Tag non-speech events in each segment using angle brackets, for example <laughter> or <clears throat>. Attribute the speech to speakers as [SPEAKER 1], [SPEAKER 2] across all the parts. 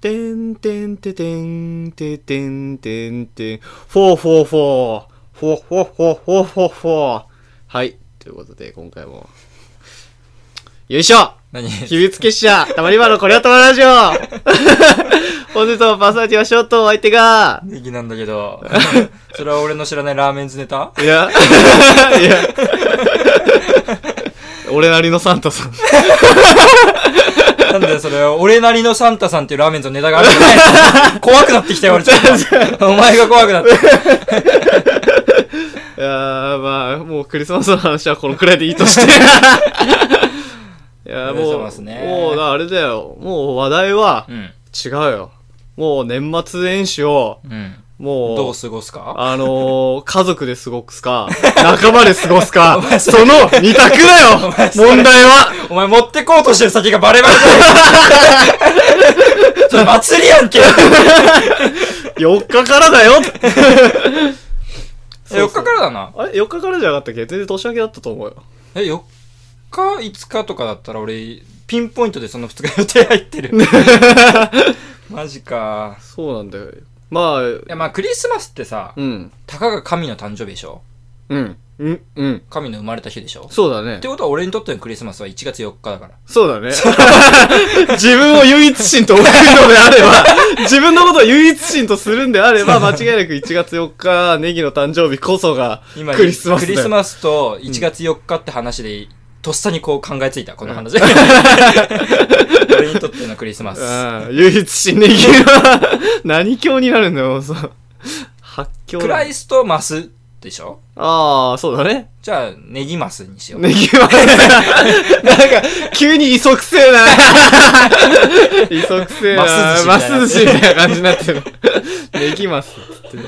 [SPEAKER 1] てんてんててんててんてんてん。フォーフォーフォー。フォーフォーフォーフォーフォーフォー。はい。ということで、今回も。よいしょ
[SPEAKER 2] <laughs> 何
[SPEAKER 1] 秘密結社、たまり場のこれはたまらんラジオ本日のパーソナリティはショートお相手が、
[SPEAKER 2] ネギなんだけど。 <laughs> それは俺の知らないラーメンズネタ
[SPEAKER 1] いや、いや、俺なりのサンタさん。
[SPEAKER 2] なんでそれ、俺なりのサンタさんっていうラーメンズのネタがあるんじゃない <laughs> 怖くなってきたよ、俺ちょっ <laughs> と。お前が怖くなって。
[SPEAKER 1] いやーまあ、もうクリスマスの話はこのくらいでいいと
[SPEAKER 2] <laughs>
[SPEAKER 1] して。いやー
[SPEAKER 2] クリス
[SPEAKER 1] も
[SPEAKER 2] マ
[SPEAKER 1] う、
[SPEAKER 2] スね
[SPEAKER 1] もうなあれだよ。もう話題は
[SPEAKER 2] うん。
[SPEAKER 1] 違うよ。もう年末年始を、
[SPEAKER 2] うん。
[SPEAKER 1] もう、
[SPEAKER 2] どう過ごすか
[SPEAKER 1] あのー、家族で過ごすか、仲間で過ごすか
[SPEAKER 2] <laughs> お、前
[SPEAKER 1] そ
[SPEAKER 2] それ
[SPEAKER 1] の二択だよ
[SPEAKER 2] 前それ
[SPEAKER 1] 問題は
[SPEAKER 2] お前持ってこうとしてる先がバレバレじゃん <laughs> それ祭りやんけ
[SPEAKER 1] !4 日からだよ
[SPEAKER 2] え !4 日からだな。
[SPEAKER 1] あれ ?4 日からじゃなかったっけ全然年明けだったと思うよ。
[SPEAKER 2] え、4日、5日とかだったら俺、ピンポイントでその2日予定入って <laughs> る。マジか。
[SPEAKER 1] そうなんだよ。まあ、
[SPEAKER 2] いや、まあクリスマスってさ、
[SPEAKER 1] うん。
[SPEAKER 2] たかが神の誕生日でしょ
[SPEAKER 1] うん。うん。うん。
[SPEAKER 2] 神の生まれた日でしょ
[SPEAKER 1] そうだね
[SPEAKER 2] って。ことは俺にとってのクリスマスは1月4日だから。
[SPEAKER 1] そうだね。 <laughs> 自分を唯一心と送るのであれ
[SPEAKER 2] <laughs>
[SPEAKER 1] ば、自分のことを唯一心とするんであれば、間違いなく1月4日、ネギの誕生日こそが、クリスマスだよ。
[SPEAKER 2] スと1月4日って話で、とっさにこう考えついた、この話。 <laughs> 俺にとってのクリスマス。
[SPEAKER 1] うん唯一心ネギは、何教になるんだよ、もうそう。発狂だ
[SPEAKER 2] クライストマスでしょ
[SPEAKER 1] ああ、そうだね。
[SPEAKER 2] じゃあ、ネギマスにしよう。
[SPEAKER 1] ネギは、なんか、急に磯くせえ
[SPEAKER 2] <laughs>
[SPEAKER 1] な。磯くせえな。マ
[SPEAKER 2] マ
[SPEAKER 1] ス
[SPEAKER 2] ス
[SPEAKER 1] 寿司
[SPEAKER 2] 寿
[SPEAKER 1] み
[SPEAKER 2] 司み
[SPEAKER 1] たいな感じにな
[SPEAKER 2] <laughs>
[SPEAKER 1] ってる。ネギマスっつってね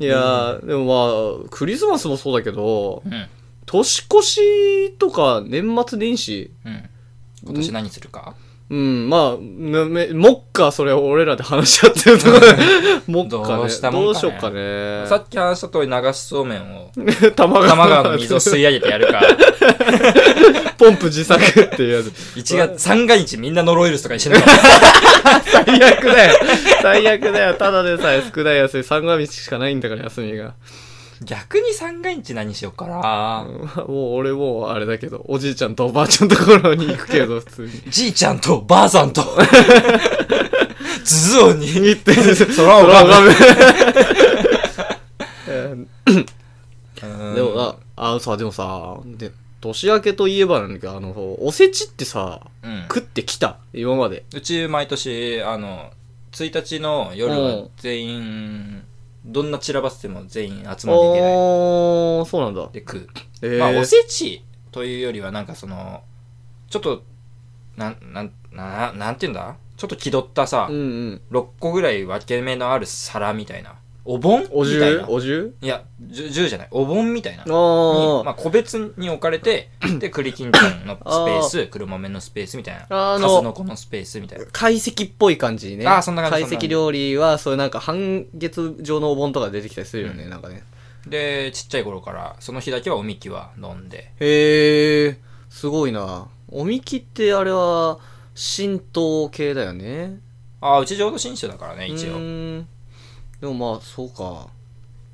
[SPEAKER 1] いやー、でもまあ、クリスマスもそうだけど、
[SPEAKER 2] うん。
[SPEAKER 1] 年越しとか年末年始、
[SPEAKER 2] うん。今年何するか
[SPEAKER 1] うん、まあ、ぬめもっか、それ俺らで話し合ってるところ
[SPEAKER 2] <laughs>
[SPEAKER 1] で、もっかね。
[SPEAKER 2] どうしたもん
[SPEAKER 1] どう
[SPEAKER 2] かね
[SPEAKER 1] しよっかね。
[SPEAKER 2] さっき話した通り流しそうめんを、
[SPEAKER 1] <laughs> 玉
[SPEAKER 2] 多摩川の水を吸い上げて
[SPEAKER 1] <laughs>
[SPEAKER 2] やるか、
[SPEAKER 1] ポンプ自作っていうやつ。
[SPEAKER 2] 1月、三が日みんなノロウイルスとかにしない
[SPEAKER 1] 最悪だよ。最悪だよ。ただでさえ少ない休み、三が日しかないんだから休みが。
[SPEAKER 2] 逆に三が日何しようかな。
[SPEAKER 1] もう俺もうあれだけど、おじいちゃんとおばあちゃんのところに行く
[SPEAKER 2] <laughs>
[SPEAKER 1] けど、普通に。
[SPEAKER 2] じいちゃんとばあさん <laughs> と、ズズオに、
[SPEAKER 1] 行って、
[SPEAKER 2] そらを拝む <laughs>
[SPEAKER 1] でもな、あのさ、でもさ、で年明けといえばなんだけど、あの、おせちってさ、
[SPEAKER 2] うん
[SPEAKER 1] 食ってきた今まで。
[SPEAKER 2] うち毎年あの1日の夜
[SPEAKER 1] う
[SPEAKER 2] は
[SPEAKER 1] ん
[SPEAKER 2] 全員、どんな散らばってても全員集
[SPEAKER 1] あ
[SPEAKER 2] まんでいけない
[SPEAKER 1] ー、そうなんだ。
[SPEAKER 2] で食う、
[SPEAKER 1] えー
[SPEAKER 2] まあおせちというよりはなんかそのちょっとなんなんななんていうんだちょっと気取ったさ、
[SPEAKER 1] うんうん。
[SPEAKER 2] 6個ぐらい分け目のある皿みたいなお盆
[SPEAKER 1] お
[SPEAKER 2] みたい
[SPEAKER 1] 重
[SPEAKER 2] な
[SPEAKER 1] お重
[SPEAKER 2] いやじゅ10じゃないお盆みたいな
[SPEAKER 1] あ
[SPEAKER 2] に
[SPEAKER 1] ー。
[SPEAKER 2] まあ、個別に置かれ
[SPEAKER 1] <clears throat>
[SPEAKER 2] てで栗きんとんのスペース黒豆のスペースみたいな
[SPEAKER 1] あーあの
[SPEAKER 2] 数の子のスペースみたいな
[SPEAKER 1] 懐石っぽい感じね。
[SPEAKER 2] あーそんな感じそんな
[SPEAKER 1] 懐
[SPEAKER 2] 感じ
[SPEAKER 1] 石料理は、そういうなんか半月状のお盆とか出てきたりするよね、なんかね。
[SPEAKER 2] でちっちゃい頃からその日だけはおみきは飲んで
[SPEAKER 1] へえ、すごいな。おみきってあれは、神道系だよね。
[SPEAKER 2] ああうち浄土真宗だからね一
[SPEAKER 1] う
[SPEAKER 2] 応
[SPEAKER 1] ーんでもまあ、そうか。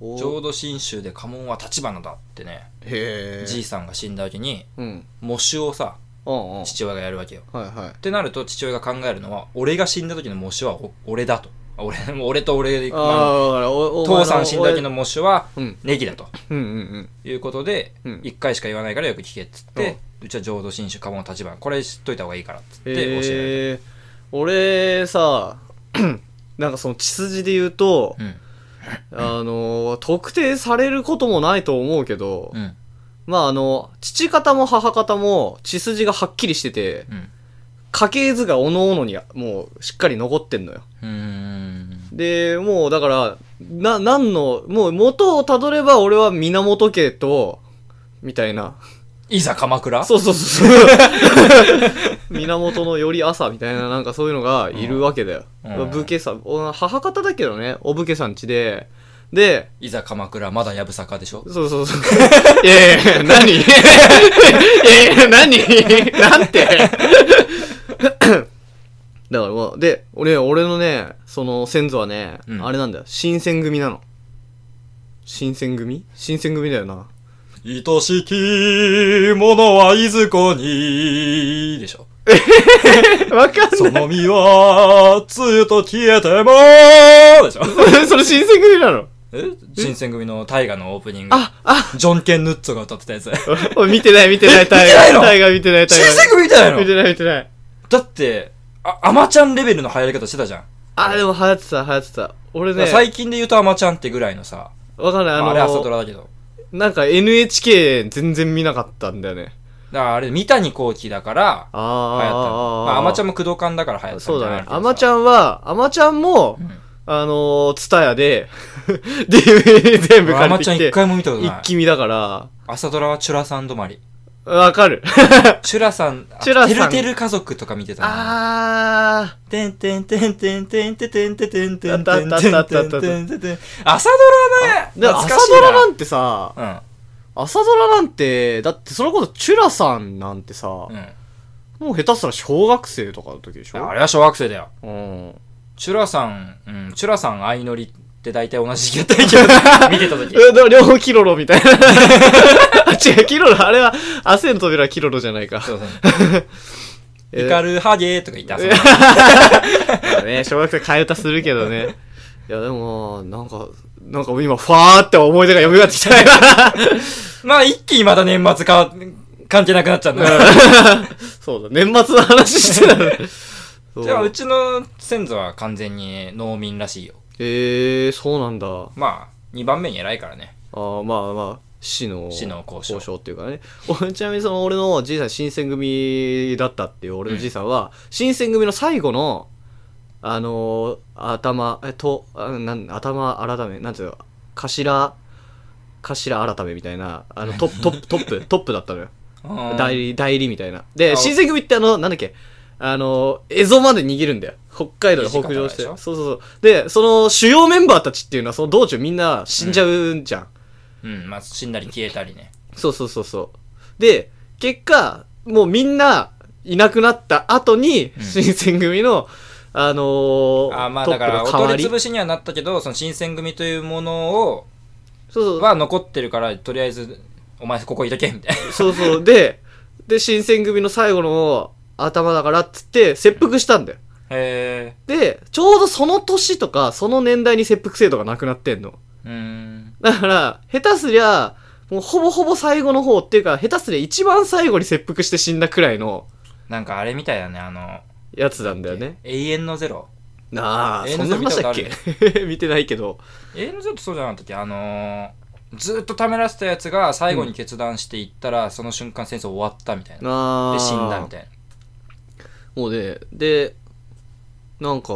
[SPEAKER 1] お
[SPEAKER 2] 浄土真宗で家紋は立花だってね
[SPEAKER 1] へえ。
[SPEAKER 2] じいさんが死んだ時に
[SPEAKER 1] うん。
[SPEAKER 2] 喪主をさ
[SPEAKER 1] うんうん。はい
[SPEAKER 2] 父親がやるわけよ
[SPEAKER 1] はい
[SPEAKER 2] っ。てなると父親が考えるのは俺が死んだ時の喪主はお俺だとあ俺 <laughs> もう俺と俺で、
[SPEAKER 1] あ
[SPEAKER 2] まあ
[SPEAKER 1] あ、だから、お、お
[SPEAKER 2] 父さん死んだ時。
[SPEAKER 1] お
[SPEAKER 2] の喪主は
[SPEAKER 1] 前うん。
[SPEAKER 2] ネギだと
[SPEAKER 1] うんうん
[SPEAKER 2] いうことで、
[SPEAKER 1] うん
[SPEAKER 2] 一回しか言わないからよく聞けっつって、うちは浄土真宗家紋立花これ知っといた方がいいからっつって
[SPEAKER 1] うん。
[SPEAKER 2] 教え
[SPEAKER 1] へえ。俺、さ、 <clears throat> なんかその血筋で言うと、
[SPEAKER 2] られ
[SPEAKER 1] あの、特定されることもないと思うけど
[SPEAKER 2] た、うんうん
[SPEAKER 1] まああの、父方も母方も血筋がはっきりしてて、
[SPEAKER 2] うん
[SPEAKER 1] 家系図がおのおのにもうしっかり残ってんのよ。
[SPEAKER 2] うーん
[SPEAKER 1] で、もうだから、な、なんの、もう元をたどれば俺は源家と、みたいな。
[SPEAKER 2] いざ鎌倉
[SPEAKER 1] そうそうそうそう。 <laughs> 源のより朝みたいな、なんかそういうのがいるわけだよ。
[SPEAKER 2] うん
[SPEAKER 1] 武家さん、お母方だけどね、お武家さんちで、で、
[SPEAKER 2] いざ鎌倉、まだやぶさかでしょ
[SPEAKER 1] そうそうそう。いやいやいや、何いやいや、何なんてだからもう、で、俺、俺のね、その先祖はね、
[SPEAKER 2] うん
[SPEAKER 1] あれなんだよ。新選組なの。新選組新選組だよな。
[SPEAKER 2] 愛しき者はいずこにでしょ。
[SPEAKER 1] わかん
[SPEAKER 2] <laughs> その身は、つゆと消えてもでしょ。
[SPEAKER 1] ない。それ <laughs> 新選組なの。
[SPEAKER 2] え新選組の大河のオープニング。
[SPEAKER 1] あ、あ、
[SPEAKER 2] ジョンケン・ヌッツォが歌ってた <laughs> やつ。
[SPEAKER 1] おい見てない見てない、タイ
[SPEAKER 2] 見てな
[SPEAKER 1] ガ
[SPEAKER 2] い
[SPEAKER 1] ー。
[SPEAKER 2] の
[SPEAKER 1] タイガー見てない、タイガー。
[SPEAKER 2] 新選組見てないの
[SPEAKER 1] 見てない見てない。
[SPEAKER 2] だって、あ、アマちゃんレベルの流行り方してたじゃん。
[SPEAKER 1] あ、でも流行ってた、流行ってた。俺ね、
[SPEAKER 2] 最近で言うとアマちゃんってぐらいのさ、
[SPEAKER 1] わかんない、
[SPEAKER 2] あ
[SPEAKER 1] あの
[SPEAKER 2] あれ朝ドラだけど。
[SPEAKER 1] なんか NHK 全然見なかったんだよね。
[SPEAKER 2] だからあれ、三谷幸喜だから、
[SPEAKER 1] あ
[SPEAKER 2] 流行ったの。
[SPEAKER 1] あ。
[SPEAKER 2] まあ、アマちゃ
[SPEAKER 1] ん
[SPEAKER 2] んも駆動感だから流行った
[SPEAKER 1] そうだね。アマ
[SPEAKER 2] ま
[SPEAKER 1] ちゃ
[SPEAKER 2] ん。
[SPEAKER 1] んは、アマちゃんも、
[SPEAKER 2] ん
[SPEAKER 1] あのー、ツタヤで、DVD 全部
[SPEAKER 2] 俺
[SPEAKER 1] 借
[SPEAKER 2] ア
[SPEAKER 1] り
[SPEAKER 2] マ
[SPEAKER 1] て
[SPEAKER 2] ちゃん
[SPEAKER 1] き
[SPEAKER 2] 一
[SPEAKER 1] て、
[SPEAKER 2] 回も見たことない
[SPEAKER 1] 一。気見だから、
[SPEAKER 2] 朝ドラはチュラさん止まり。
[SPEAKER 1] わかる。
[SPEAKER 2] チュラさん、
[SPEAKER 1] チュラさん
[SPEAKER 2] てるてる家族とか見てたな。
[SPEAKER 1] あ
[SPEAKER 2] てんてんてんてんてんてんてんてんてんてんてんてんてんてん
[SPEAKER 1] あったあったあったあったあった
[SPEAKER 2] てんてんてん朝ドラね
[SPEAKER 1] ー。で朝
[SPEAKER 2] 懐かしい
[SPEAKER 1] ドラなんてさ、
[SPEAKER 2] な
[SPEAKER 1] 朝ドラなんて、だってそれこそチュラさんなんてさ、
[SPEAKER 2] うん。
[SPEAKER 1] もう下手したら小学生とかの時でし
[SPEAKER 2] うん。あ
[SPEAKER 1] ょ
[SPEAKER 2] れは小学生だよ。
[SPEAKER 1] うん。
[SPEAKER 2] チュラさん、うん、チュラさん相乗りって大体同じ時期だったけど、見てた時。
[SPEAKER 1] え、だから両方キロロみたいな。あ違う、キロロ、あれは、汗の扉はキロロじゃないか。
[SPEAKER 2] そうそう。
[SPEAKER 1] えー
[SPEAKER 2] イカルハゲーとか言った。その
[SPEAKER 1] <laughs> ね、小学生替え歌するけどね。いや、でも、なんか、なんか今、ファーって思い出が蘇ってきたよ。 <laughs>
[SPEAKER 2] まあ、一気にまた年末か、関係なくなっちゃうんだよ。
[SPEAKER 1] そうだ、年末の話してたの。そう
[SPEAKER 2] <laughs> じゃあ、うちの先祖は完全に農民らしいよ。
[SPEAKER 1] えー、そうなんだ。
[SPEAKER 2] まあ、2番目に偉いからね。
[SPEAKER 1] あーまあまあ、死の、
[SPEAKER 2] 死の交渉
[SPEAKER 1] っていうかね。 <laughs> 俺ちなみにその、俺のじいさん新選組だったっていう俺のじいさんは、新選組の最後の、あのー頭、え、と、あなん頭改め、なんていうの、頭、頭改めみたいな、あの、トップ、
[SPEAKER 2] <laughs>
[SPEAKER 1] トップ、トップ、トップだったのよ。
[SPEAKER 2] うん
[SPEAKER 1] 代理、代理みたいな。
[SPEAKER 2] あ
[SPEAKER 1] で、新選組ってあの、なんだっけ、あの、蝦夷まで逃げるんだよ。北海道で北上して。そう
[SPEAKER 2] 土方でし
[SPEAKER 1] そうそう。で、その主要メンバーたちっていうのは、その道中みんな死んじゃうんじゃん。
[SPEAKER 2] うん、まあ、死んだり消えたりね。
[SPEAKER 1] そうそうそうそう。で、結果、もうみんないなくなった後に、
[SPEAKER 2] うん
[SPEAKER 1] 新選組の、あのー
[SPEAKER 2] あーまあ、
[SPEAKER 1] ト
[SPEAKER 2] だ
[SPEAKER 1] ップ
[SPEAKER 2] から、
[SPEAKER 1] の
[SPEAKER 2] お
[SPEAKER 1] 代わ
[SPEAKER 2] 取
[SPEAKER 1] り。
[SPEAKER 2] り
[SPEAKER 1] そう
[SPEAKER 2] 潰しにはなったけど、その新選組というものを、
[SPEAKER 1] そう
[SPEAKER 2] は残ってるから、とりあえず、お前ここいとけ、
[SPEAKER 1] <laughs>
[SPEAKER 2] みたいな。
[SPEAKER 1] そうそう。で、で、新選組の最後の頭だからっつって、切腹したんだよ。
[SPEAKER 2] へ
[SPEAKER 1] で、ちょうどその年とか、その年代に切腹制度がなくなってんの。
[SPEAKER 2] え。うーん。
[SPEAKER 1] だから、下手すりゃ、もうほぼほぼ最後の方っていうか、下手すりゃ一番最後に切腹して死んだくらいの
[SPEAKER 2] なんかあれみたいだね、あの、
[SPEAKER 1] やつなんだよね。
[SPEAKER 2] 永遠のゼロ。
[SPEAKER 1] なあ、
[SPEAKER 2] えー
[SPEAKER 1] そんな話だっ
[SPEAKER 2] 見
[SPEAKER 1] け <laughs>
[SPEAKER 2] た
[SPEAKER 1] 見てないけど。
[SPEAKER 2] 永遠のゼロってそうじゃなかったっけあのー、ずーっとためらせたやつが最後に決断していったら、その瞬間戦争終わったみたいな。
[SPEAKER 1] なあ。
[SPEAKER 2] で、死んだみたいな。
[SPEAKER 1] もうね、で、なんか、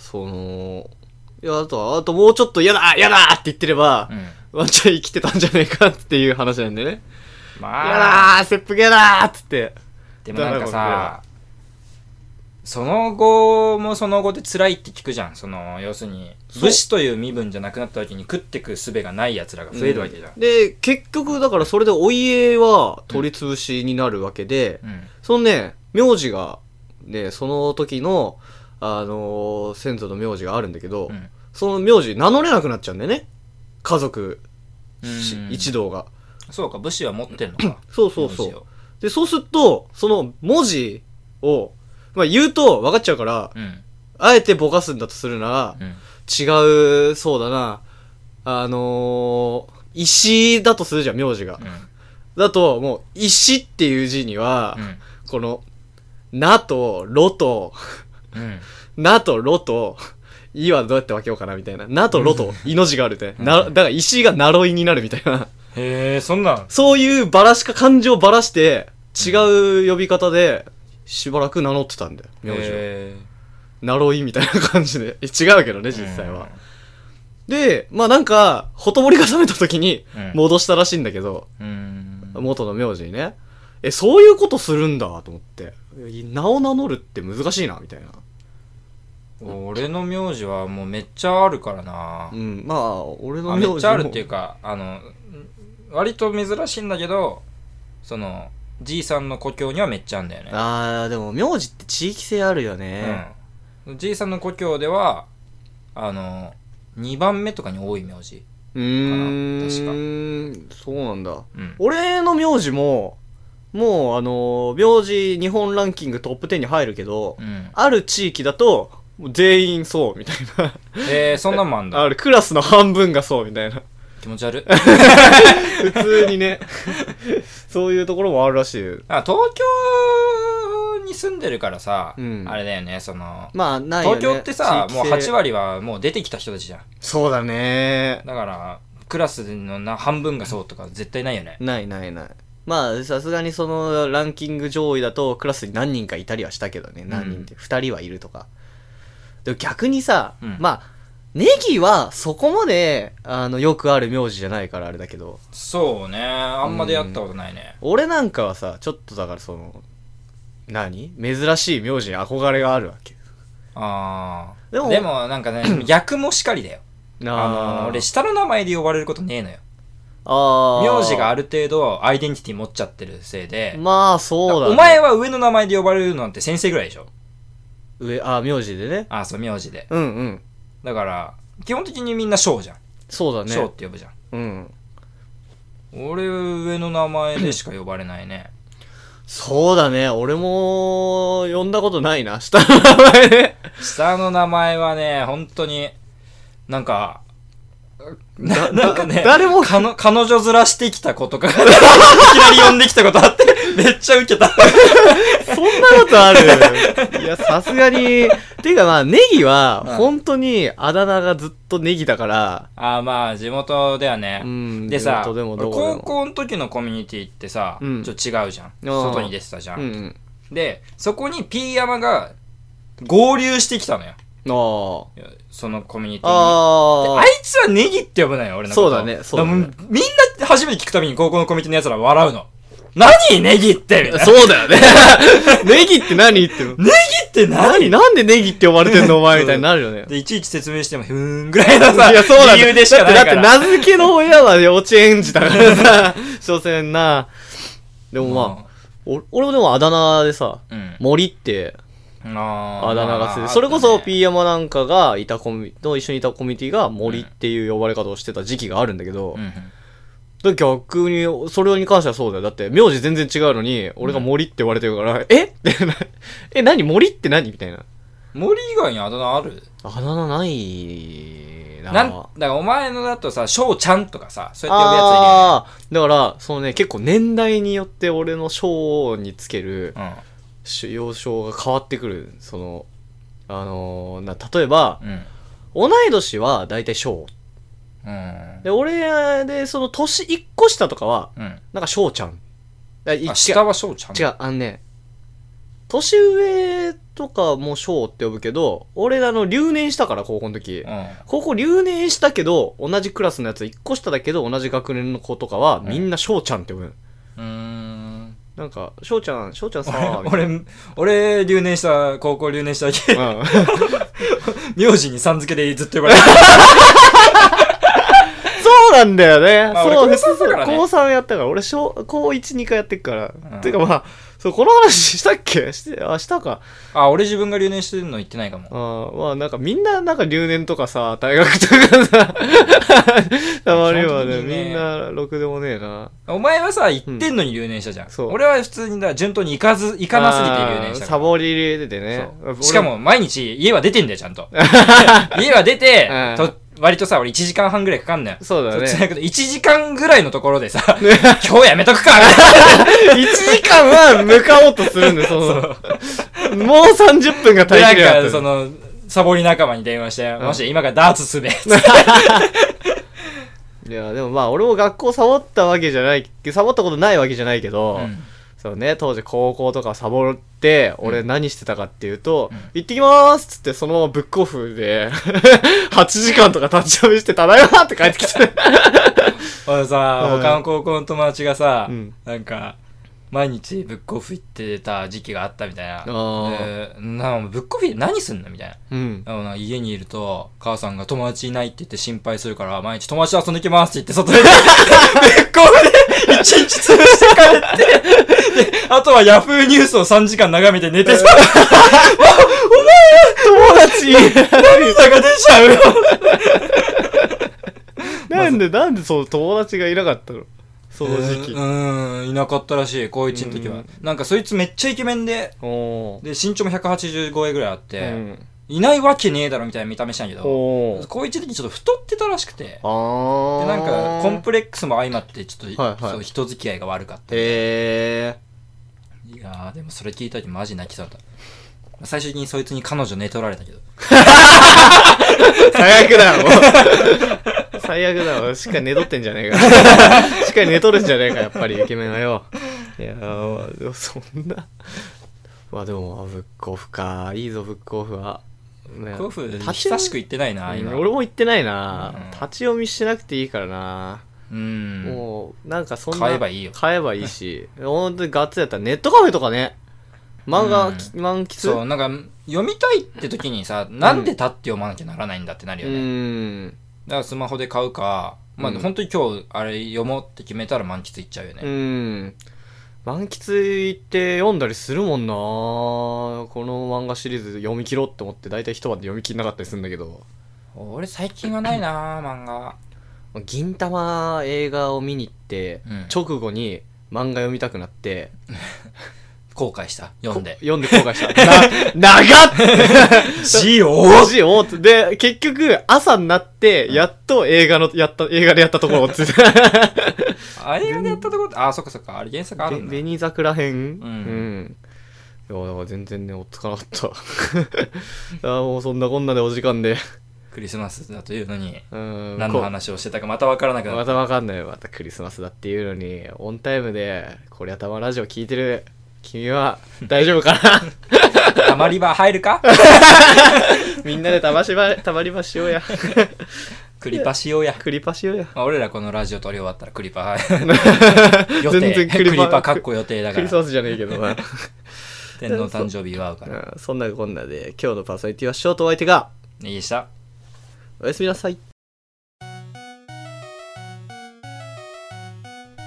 [SPEAKER 1] その、いや、あと、あともうちょっと嫌だ嫌だって言ってれば、
[SPEAKER 2] うん。
[SPEAKER 1] ワンちゃん生きてたんじゃねえかっていう話なんでね。嫌
[SPEAKER 2] まあ、
[SPEAKER 1] だー切腹嫌だーっつって。
[SPEAKER 2] でもなんか
[SPEAKER 1] だから
[SPEAKER 2] さ、その後もその後で辛いって聞くじゃん。その、要するに、
[SPEAKER 1] そう
[SPEAKER 2] 武士という身分じゃなくなった時に食ってく術がない奴らが増えるわけじゃん。
[SPEAKER 1] で、結局、だからそれでお家は取り潰しになるわけで、
[SPEAKER 2] うん。
[SPEAKER 1] そのね、名字が、ね、その時の、あのー先祖の名字があるんだけど、
[SPEAKER 2] うん。
[SPEAKER 1] その名字名乗れなくなっちゃうんだよね。家族、し
[SPEAKER 2] うん
[SPEAKER 1] 一同が。。
[SPEAKER 2] そうか、武士は持ってんのか
[SPEAKER 1] そうそうそ
[SPEAKER 2] 名字
[SPEAKER 1] う
[SPEAKER 2] を。。
[SPEAKER 1] で、そうすると、その文字を、まあ言うと分かっちゃうから、
[SPEAKER 2] うん。
[SPEAKER 1] あえてぼかすんだとするなら、
[SPEAKER 2] うん。
[SPEAKER 1] 違う、そうだな、あのー石だとするじゃん、名字が。
[SPEAKER 2] う
[SPEAKER 1] だと、もう、石っていう字には、
[SPEAKER 2] ん。
[SPEAKER 1] この、なと、ろと、
[SPEAKER 2] うん。うん。
[SPEAKER 1] なと、ろと、いはどうやって分けようかなみたいな。なと、ろと、いの字があるみたいな。な、だから石がなろいになるみたいな。
[SPEAKER 2] へえ、そんなん。
[SPEAKER 1] そういうばらしか、漢字をばらして、違う呼び方で、しばらく名乗ってたんだよ、名字を。
[SPEAKER 2] へー
[SPEAKER 1] なろいみたいな感じで。え <laughs> 違うけどね、実際は。。で、まあなんか、ほとぼりが冷めた時に
[SPEAKER 2] うん、
[SPEAKER 1] 戻したらしいんだけど、
[SPEAKER 2] うん。
[SPEAKER 1] 元の名字にね。え、そういうことするんだと思って。い名を名乗るって難しいな、みたいな。
[SPEAKER 2] 俺の名字はもうめっちゃあるからな
[SPEAKER 1] う。ん、まあ、俺の
[SPEAKER 2] あ
[SPEAKER 1] 名字
[SPEAKER 2] め
[SPEAKER 1] も。
[SPEAKER 2] っちゃあるっていうか、あの、ん割と珍しいんだけど、その、じいさんの故郷にはめっちゃあるんだよね。
[SPEAKER 1] あー、でも名字って地域性あるよ
[SPEAKER 2] うん
[SPEAKER 1] ね。。
[SPEAKER 2] じいさんの故郷ではあの2番目とかに多い名字
[SPEAKER 1] うーんそうなんだ
[SPEAKER 2] うん
[SPEAKER 1] 俺の名字ももうあの名字日本ランキングトップ10に入るけど、
[SPEAKER 2] うん
[SPEAKER 1] ある地域だともう全員そうみたいな
[SPEAKER 2] えー、そんなんもあんだ
[SPEAKER 1] あるクラスの半分がそうみたいな
[SPEAKER 2] 気持ち
[SPEAKER 1] <laughs>
[SPEAKER 2] 悪い
[SPEAKER 1] 普通にねそういうところもあるらしい
[SPEAKER 2] あ東京に住んでるからさ、
[SPEAKER 1] うん
[SPEAKER 2] あれだよねその
[SPEAKER 1] まあないよ、ね、
[SPEAKER 2] 東京ってさ、
[SPEAKER 1] 地
[SPEAKER 2] もう
[SPEAKER 1] 域性
[SPEAKER 2] 8割はもう出てきた人たちじゃん
[SPEAKER 1] そうだね
[SPEAKER 2] だからクラスのな半分がそうとか絶対ないよね
[SPEAKER 1] ないないないまあさすがにそのランキング上位だとクラスに何人かいたりはしたけどね何人って、2人はいるとかでも逆にさ、
[SPEAKER 2] うん
[SPEAKER 1] まあネギはそこまであのよくある名字じゃないからあれだけど
[SPEAKER 2] そうねあんま出会ったことないね
[SPEAKER 1] 俺なんかはさちょっとだからその何珍しい名字に憧れがあるわけ
[SPEAKER 2] ああ
[SPEAKER 1] で
[SPEAKER 2] で
[SPEAKER 1] も
[SPEAKER 2] もなん <clears throat> かね役もしかりだよあの俺下の名前で呼ばれることねえのよ
[SPEAKER 1] あー
[SPEAKER 2] 名字がある程度アイデンティティ持っちゃってるせいで、
[SPEAKER 1] まあそうだ、ね、
[SPEAKER 2] お前は上の名前で呼ばれるなんて先生ぐらいでしょ
[SPEAKER 1] 上あ名字でね
[SPEAKER 2] ああそう名字で
[SPEAKER 1] うんうん
[SPEAKER 2] だから基本的にみんな翔じゃん
[SPEAKER 1] そうだね
[SPEAKER 2] 翔、って呼ぶじゃん
[SPEAKER 1] うん
[SPEAKER 2] 俺上の名前でしか呼ばれないね
[SPEAKER 1] そうだね俺も呼んだことないな下の名前ね
[SPEAKER 2] 下の名前はね本当になんかななんかね
[SPEAKER 1] 誰も
[SPEAKER 2] かの彼女ずらしてきた子とかが <laughs> いきなり呼んできたことあってめっちゃ
[SPEAKER 1] <laughs>
[SPEAKER 2] ウケた
[SPEAKER 1] そんなことある <laughs> いやさすがにていうかまあネギ
[SPEAKER 2] う
[SPEAKER 1] は
[SPEAKER 2] ん
[SPEAKER 1] 本当にあだ名がずっとネギだから
[SPEAKER 2] ああまあ地元ではね、
[SPEAKER 1] うん
[SPEAKER 2] でさ
[SPEAKER 1] 地元でもどこでも
[SPEAKER 2] 高校の時のコミュニティってさ、
[SPEAKER 1] うん
[SPEAKER 2] ちょっと違うじゃん外に出てたじゃん、
[SPEAKER 1] うんうん
[SPEAKER 2] でそこに P 山が合流してきたのよ
[SPEAKER 1] あ
[SPEAKER 2] そのコミュニ
[SPEAKER 1] あ
[SPEAKER 2] ティに
[SPEAKER 1] あ
[SPEAKER 2] あ
[SPEAKER 1] あ
[SPEAKER 2] いつはネギって呼ぶなよ俺のこと
[SPEAKER 1] そうだねそうだね
[SPEAKER 2] からもみんな初めて聞くたびに高校のコミュニティのやつら笑うの何ネギってみたいな
[SPEAKER 1] そうだよね <laughs> ネギって何って
[SPEAKER 2] ネギって何
[SPEAKER 1] 何なんでネギって呼ばれてんのお前みたいになるよね。
[SPEAKER 2] でいちいち説明してもふーんぐらいのさ
[SPEAKER 1] いや、そうなんだ
[SPEAKER 2] 理由でしかないから
[SPEAKER 1] だって、だって名付けの親は幼稚園児だからさ、所詮な。でもまあ、お俺もでもあだ名でさ、
[SPEAKER 2] うん、うん
[SPEAKER 1] 森って
[SPEAKER 2] あー
[SPEAKER 1] あだ名がついて、
[SPEAKER 2] まあ
[SPEAKER 1] それこそ
[SPEAKER 2] あったね
[SPEAKER 1] P 山なんかがいたコミ、と一緒にいたコミュニティが森っていう呼ばれ方をしてた時期があるんだけど、
[SPEAKER 2] うんうん
[SPEAKER 1] で逆に、それに関してはそうだよ。だって、名字全然違うのに、俺が森って言われてるから、え <laughs> ってな、え、何森って何みたいな。
[SPEAKER 2] 森以外にあだ名ある
[SPEAKER 1] あだ名ないな
[SPEAKER 2] なんだからお前のだとさ翔ちゃんとかさそうやって呼ぶやついるよね
[SPEAKER 1] ああーだからそのね結構年代によって俺の賞につけるし要称が変わってくるそのあのーな例えば
[SPEAKER 2] うんう
[SPEAKER 1] 同
[SPEAKER 2] ん
[SPEAKER 1] い年は大体賞
[SPEAKER 2] うん
[SPEAKER 1] で俺でその年1個下とかは
[SPEAKER 2] うん
[SPEAKER 1] なんか賞ちゃんあい違う
[SPEAKER 2] あ下は翔ちゃん
[SPEAKER 1] 違うあのね年上とかも賞って呼ぶけど俺あの留年したから高校の時
[SPEAKER 2] うん
[SPEAKER 1] 高校留年したけど同じクラスのやつ1個下だけど同じ学年の子とかはみんな翔ちゃんって呼ぶの
[SPEAKER 2] うーん
[SPEAKER 1] なんか、翔ちゃん、翔ちゃんさーみたい
[SPEAKER 2] 俺、俺、留年した、高校留年した
[SPEAKER 1] <laughs>
[SPEAKER 2] 時、
[SPEAKER 1] な。うん、
[SPEAKER 2] 名字にさん付けでずっと呼ばれてた。
[SPEAKER 1] そうなんだよね。
[SPEAKER 2] まあ
[SPEAKER 1] そう、
[SPEAKER 2] 俺高三だからね
[SPEAKER 1] 高3やったから、俺、小高1、2回やってっから。
[SPEAKER 2] うん
[SPEAKER 1] てかまあ、そう、この話したっけして、あ、したか。
[SPEAKER 2] あ、俺自分が留年してるの言ってないかも。
[SPEAKER 1] あーまあ、なんかみんな、なんか留年とかさ、 <laughs> 大学とかさ、たまには
[SPEAKER 2] 基本
[SPEAKER 1] ね、
[SPEAKER 2] 的にね
[SPEAKER 1] みんな、ろくでもねえな。
[SPEAKER 2] お前はさ、行ってんのに留年したじゃん。
[SPEAKER 1] そう
[SPEAKER 2] 俺は普通にだ、順当に行かず、行かなすぎて留
[SPEAKER 1] あ
[SPEAKER 2] 年し
[SPEAKER 1] ー
[SPEAKER 2] たか
[SPEAKER 1] サ
[SPEAKER 2] ら。
[SPEAKER 1] ボり入れててね
[SPEAKER 2] そう。しかも、毎日家は出てんだよ、ちゃ
[SPEAKER 1] <laughs>
[SPEAKER 2] んと。家は出て、
[SPEAKER 1] うん
[SPEAKER 2] と割とさ、俺1時間半ぐらいかかんのよ。
[SPEAKER 1] そうだね
[SPEAKER 2] っちだけど、1時間ぐらいのところでさ、今日やめと
[SPEAKER 1] <laughs>
[SPEAKER 2] くかみたいな
[SPEAKER 1] 俺、1時間は向かおうとするんで、その、
[SPEAKER 2] <laughs>
[SPEAKER 1] もう30分が大
[SPEAKER 2] なん
[SPEAKER 1] 変だ
[SPEAKER 2] か、その、サボり仲間に電話して、
[SPEAKER 1] ん
[SPEAKER 2] もし今からダーツすべ。
[SPEAKER 1] いや、でもまあ、俺も学校サボったわけじゃない、サボったことないわけじゃないけど、
[SPEAKER 2] うん
[SPEAKER 1] そうね、当時高校とかサボって、俺何してたかっていうと、
[SPEAKER 2] うん
[SPEAKER 1] 行ってきまーすっつって、そのままブックオフで、8時間とか立ち読みして、ただいまって帰ってき
[SPEAKER 2] <laughs>
[SPEAKER 1] て。
[SPEAKER 2] 俺さ、
[SPEAKER 1] うん
[SPEAKER 2] 他の高校の友達がさ、
[SPEAKER 1] うん
[SPEAKER 2] なんか、毎日ブックオフ行ってた時期があったみたいな。
[SPEAKER 1] ー
[SPEAKER 2] でなんかブックオフで何すんのみたいな。
[SPEAKER 1] うん。
[SPEAKER 2] あのな家にいると、母さんが友達いないって言って心配するから、毎日友達と遊んできますって言って、 <laughs> 外で、ブックオフで一日潰して帰って、で、あとはヤフーニュースを3時間眺めて寝てしまう。おお
[SPEAKER 1] 友
[SPEAKER 2] <laughs>
[SPEAKER 1] 達
[SPEAKER 2] 涙が出ちゃうよ。
[SPEAKER 1] <laughs> なんで、なんでその友達がいなかったのその時期。
[SPEAKER 2] うん、いなかったらしい、高1の時
[SPEAKER 1] う
[SPEAKER 2] は
[SPEAKER 1] ん。
[SPEAKER 2] なんかそいつめっちゃイケメンで、
[SPEAKER 1] おー
[SPEAKER 2] で、身長も185円ぐらいあっ
[SPEAKER 1] う
[SPEAKER 2] て、
[SPEAKER 1] ん。
[SPEAKER 2] いないわけねえだろみたいな見た目したんやけど、
[SPEAKER 1] おー
[SPEAKER 2] 高1の時ちょっと太ってたらしくて、
[SPEAKER 1] あー。
[SPEAKER 2] で、なんかコンプレックスも相まって、ちょっ
[SPEAKER 1] はい
[SPEAKER 2] と
[SPEAKER 1] はい
[SPEAKER 2] そう人付き合いが悪かった。い
[SPEAKER 1] へ
[SPEAKER 2] やー、でもそれ聞いた時マジ泣きそうだった。最終的にそいつに彼女寝取られたけど。
[SPEAKER 1] え。最悪だよ、もう最悪だよ。しっかり寝とってんじゃねえか。しっかり寝とるんじゃねえか、やっぱり、イケメンはよ。いやー、まあでもそんな。まあでも、ブックオフか。いいぞ、ブックオフは。ね
[SPEAKER 2] コフ、
[SPEAKER 1] 立ち
[SPEAKER 2] 久しく行ってないな、今。
[SPEAKER 1] うん俺も言ってないな、
[SPEAKER 2] うん
[SPEAKER 1] 立ち読みしなくていいからな、
[SPEAKER 2] うん。
[SPEAKER 1] もうなんかそんな
[SPEAKER 2] 買えばいいよ
[SPEAKER 1] 買えばいいし本当にガッツリやったらネットカフェとかね漫画、
[SPEAKER 2] うん
[SPEAKER 1] き満喫
[SPEAKER 2] そう、なんか、読みたいって時にさ、なんで立って読まなきゃならないんだってなる
[SPEAKER 1] う
[SPEAKER 2] よね。
[SPEAKER 1] ん
[SPEAKER 2] だからスマホで買うか、まあ、
[SPEAKER 1] うん
[SPEAKER 2] 本当に今日、あれ読もうって決めたら満喫いっちゃうよ
[SPEAKER 1] う
[SPEAKER 2] ね。
[SPEAKER 1] ん満喫行って読んだりするもんなこの漫画シリーズ読み切ろうって思って大体一晩で読み切んなかったりするんだけど
[SPEAKER 2] 俺、最近はないな、漫画。
[SPEAKER 1] 銀魂映画を見に行って、
[SPEAKER 2] うん
[SPEAKER 1] 直後に漫画読みたくなって
[SPEAKER 2] 後悔した。読んで
[SPEAKER 1] こ。読んで後悔したな長っ
[SPEAKER 2] ジオ
[SPEAKER 1] <laughs> おしいおって。で、結局、朝になって、やっと映画の、やった、映画でやったところをつって。
[SPEAKER 2] あれがやったとこって、あ、そっかそっか、あれ原作あるんだ。
[SPEAKER 1] 紅桜編
[SPEAKER 2] う
[SPEAKER 1] うん。いや、だから全然ね、追っつかなかった。 <laughs> あーもうそんなこんなでお時間で。
[SPEAKER 2] クリスマスだというのに、
[SPEAKER 1] うん。
[SPEAKER 2] 何の
[SPEAKER 1] こ
[SPEAKER 2] 話をしてたかまたわからなく
[SPEAKER 1] う
[SPEAKER 2] な
[SPEAKER 1] ま
[SPEAKER 2] った
[SPEAKER 1] わかんない。またクリスマスだっていうのに、オンタイムで、こりゃたまラジオ聞いてる、君は大丈夫かな <laughs>
[SPEAKER 2] た。たまり場入るか
[SPEAKER 1] みんなでたましば、たまりばしようや。 <laughs>
[SPEAKER 2] クリパしようや。
[SPEAKER 1] クリパしようや。
[SPEAKER 2] まあ、俺らこのラジオ撮り終わったらク
[SPEAKER 1] <laughs>
[SPEAKER 2] リパ予定
[SPEAKER 1] 全然
[SPEAKER 2] ク
[SPEAKER 1] クリ
[SPEAKER 2] リ
[SPEAKER 1] パ
[SPEAKER 2] パかっこ予定だか
[SPEAKER 1] クリ
[SPEAKER 2] ら
[SPEAKER 1] スマスじゃねえけどな。
[SPEAKER 2] 天皇誕生日祝うから
[SPEAKER 1] うんそんなこんなで、今日のパーソナリティはショートお相手が、
[SPEAKER 2] いいした
[SPEAKER 1] おやすみなさい。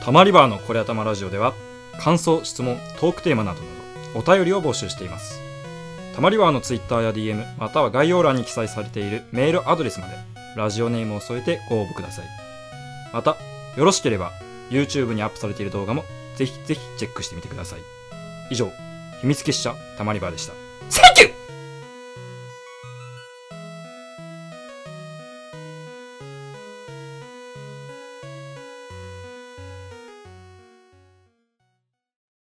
[SPEAKER 2] たまりバーのこりゃたまラジオでは感想質問トークテーマなどなどお便りを募集していますたまりバーのツイッターや DM または概要欄に記載されているメールアドレスまでラジオネームを添えてご応募くださいまたよろしければ YouTube にアップされている動画もぜひぜひチェックしてみてください以上秘密結社たまりバーでした Thank you!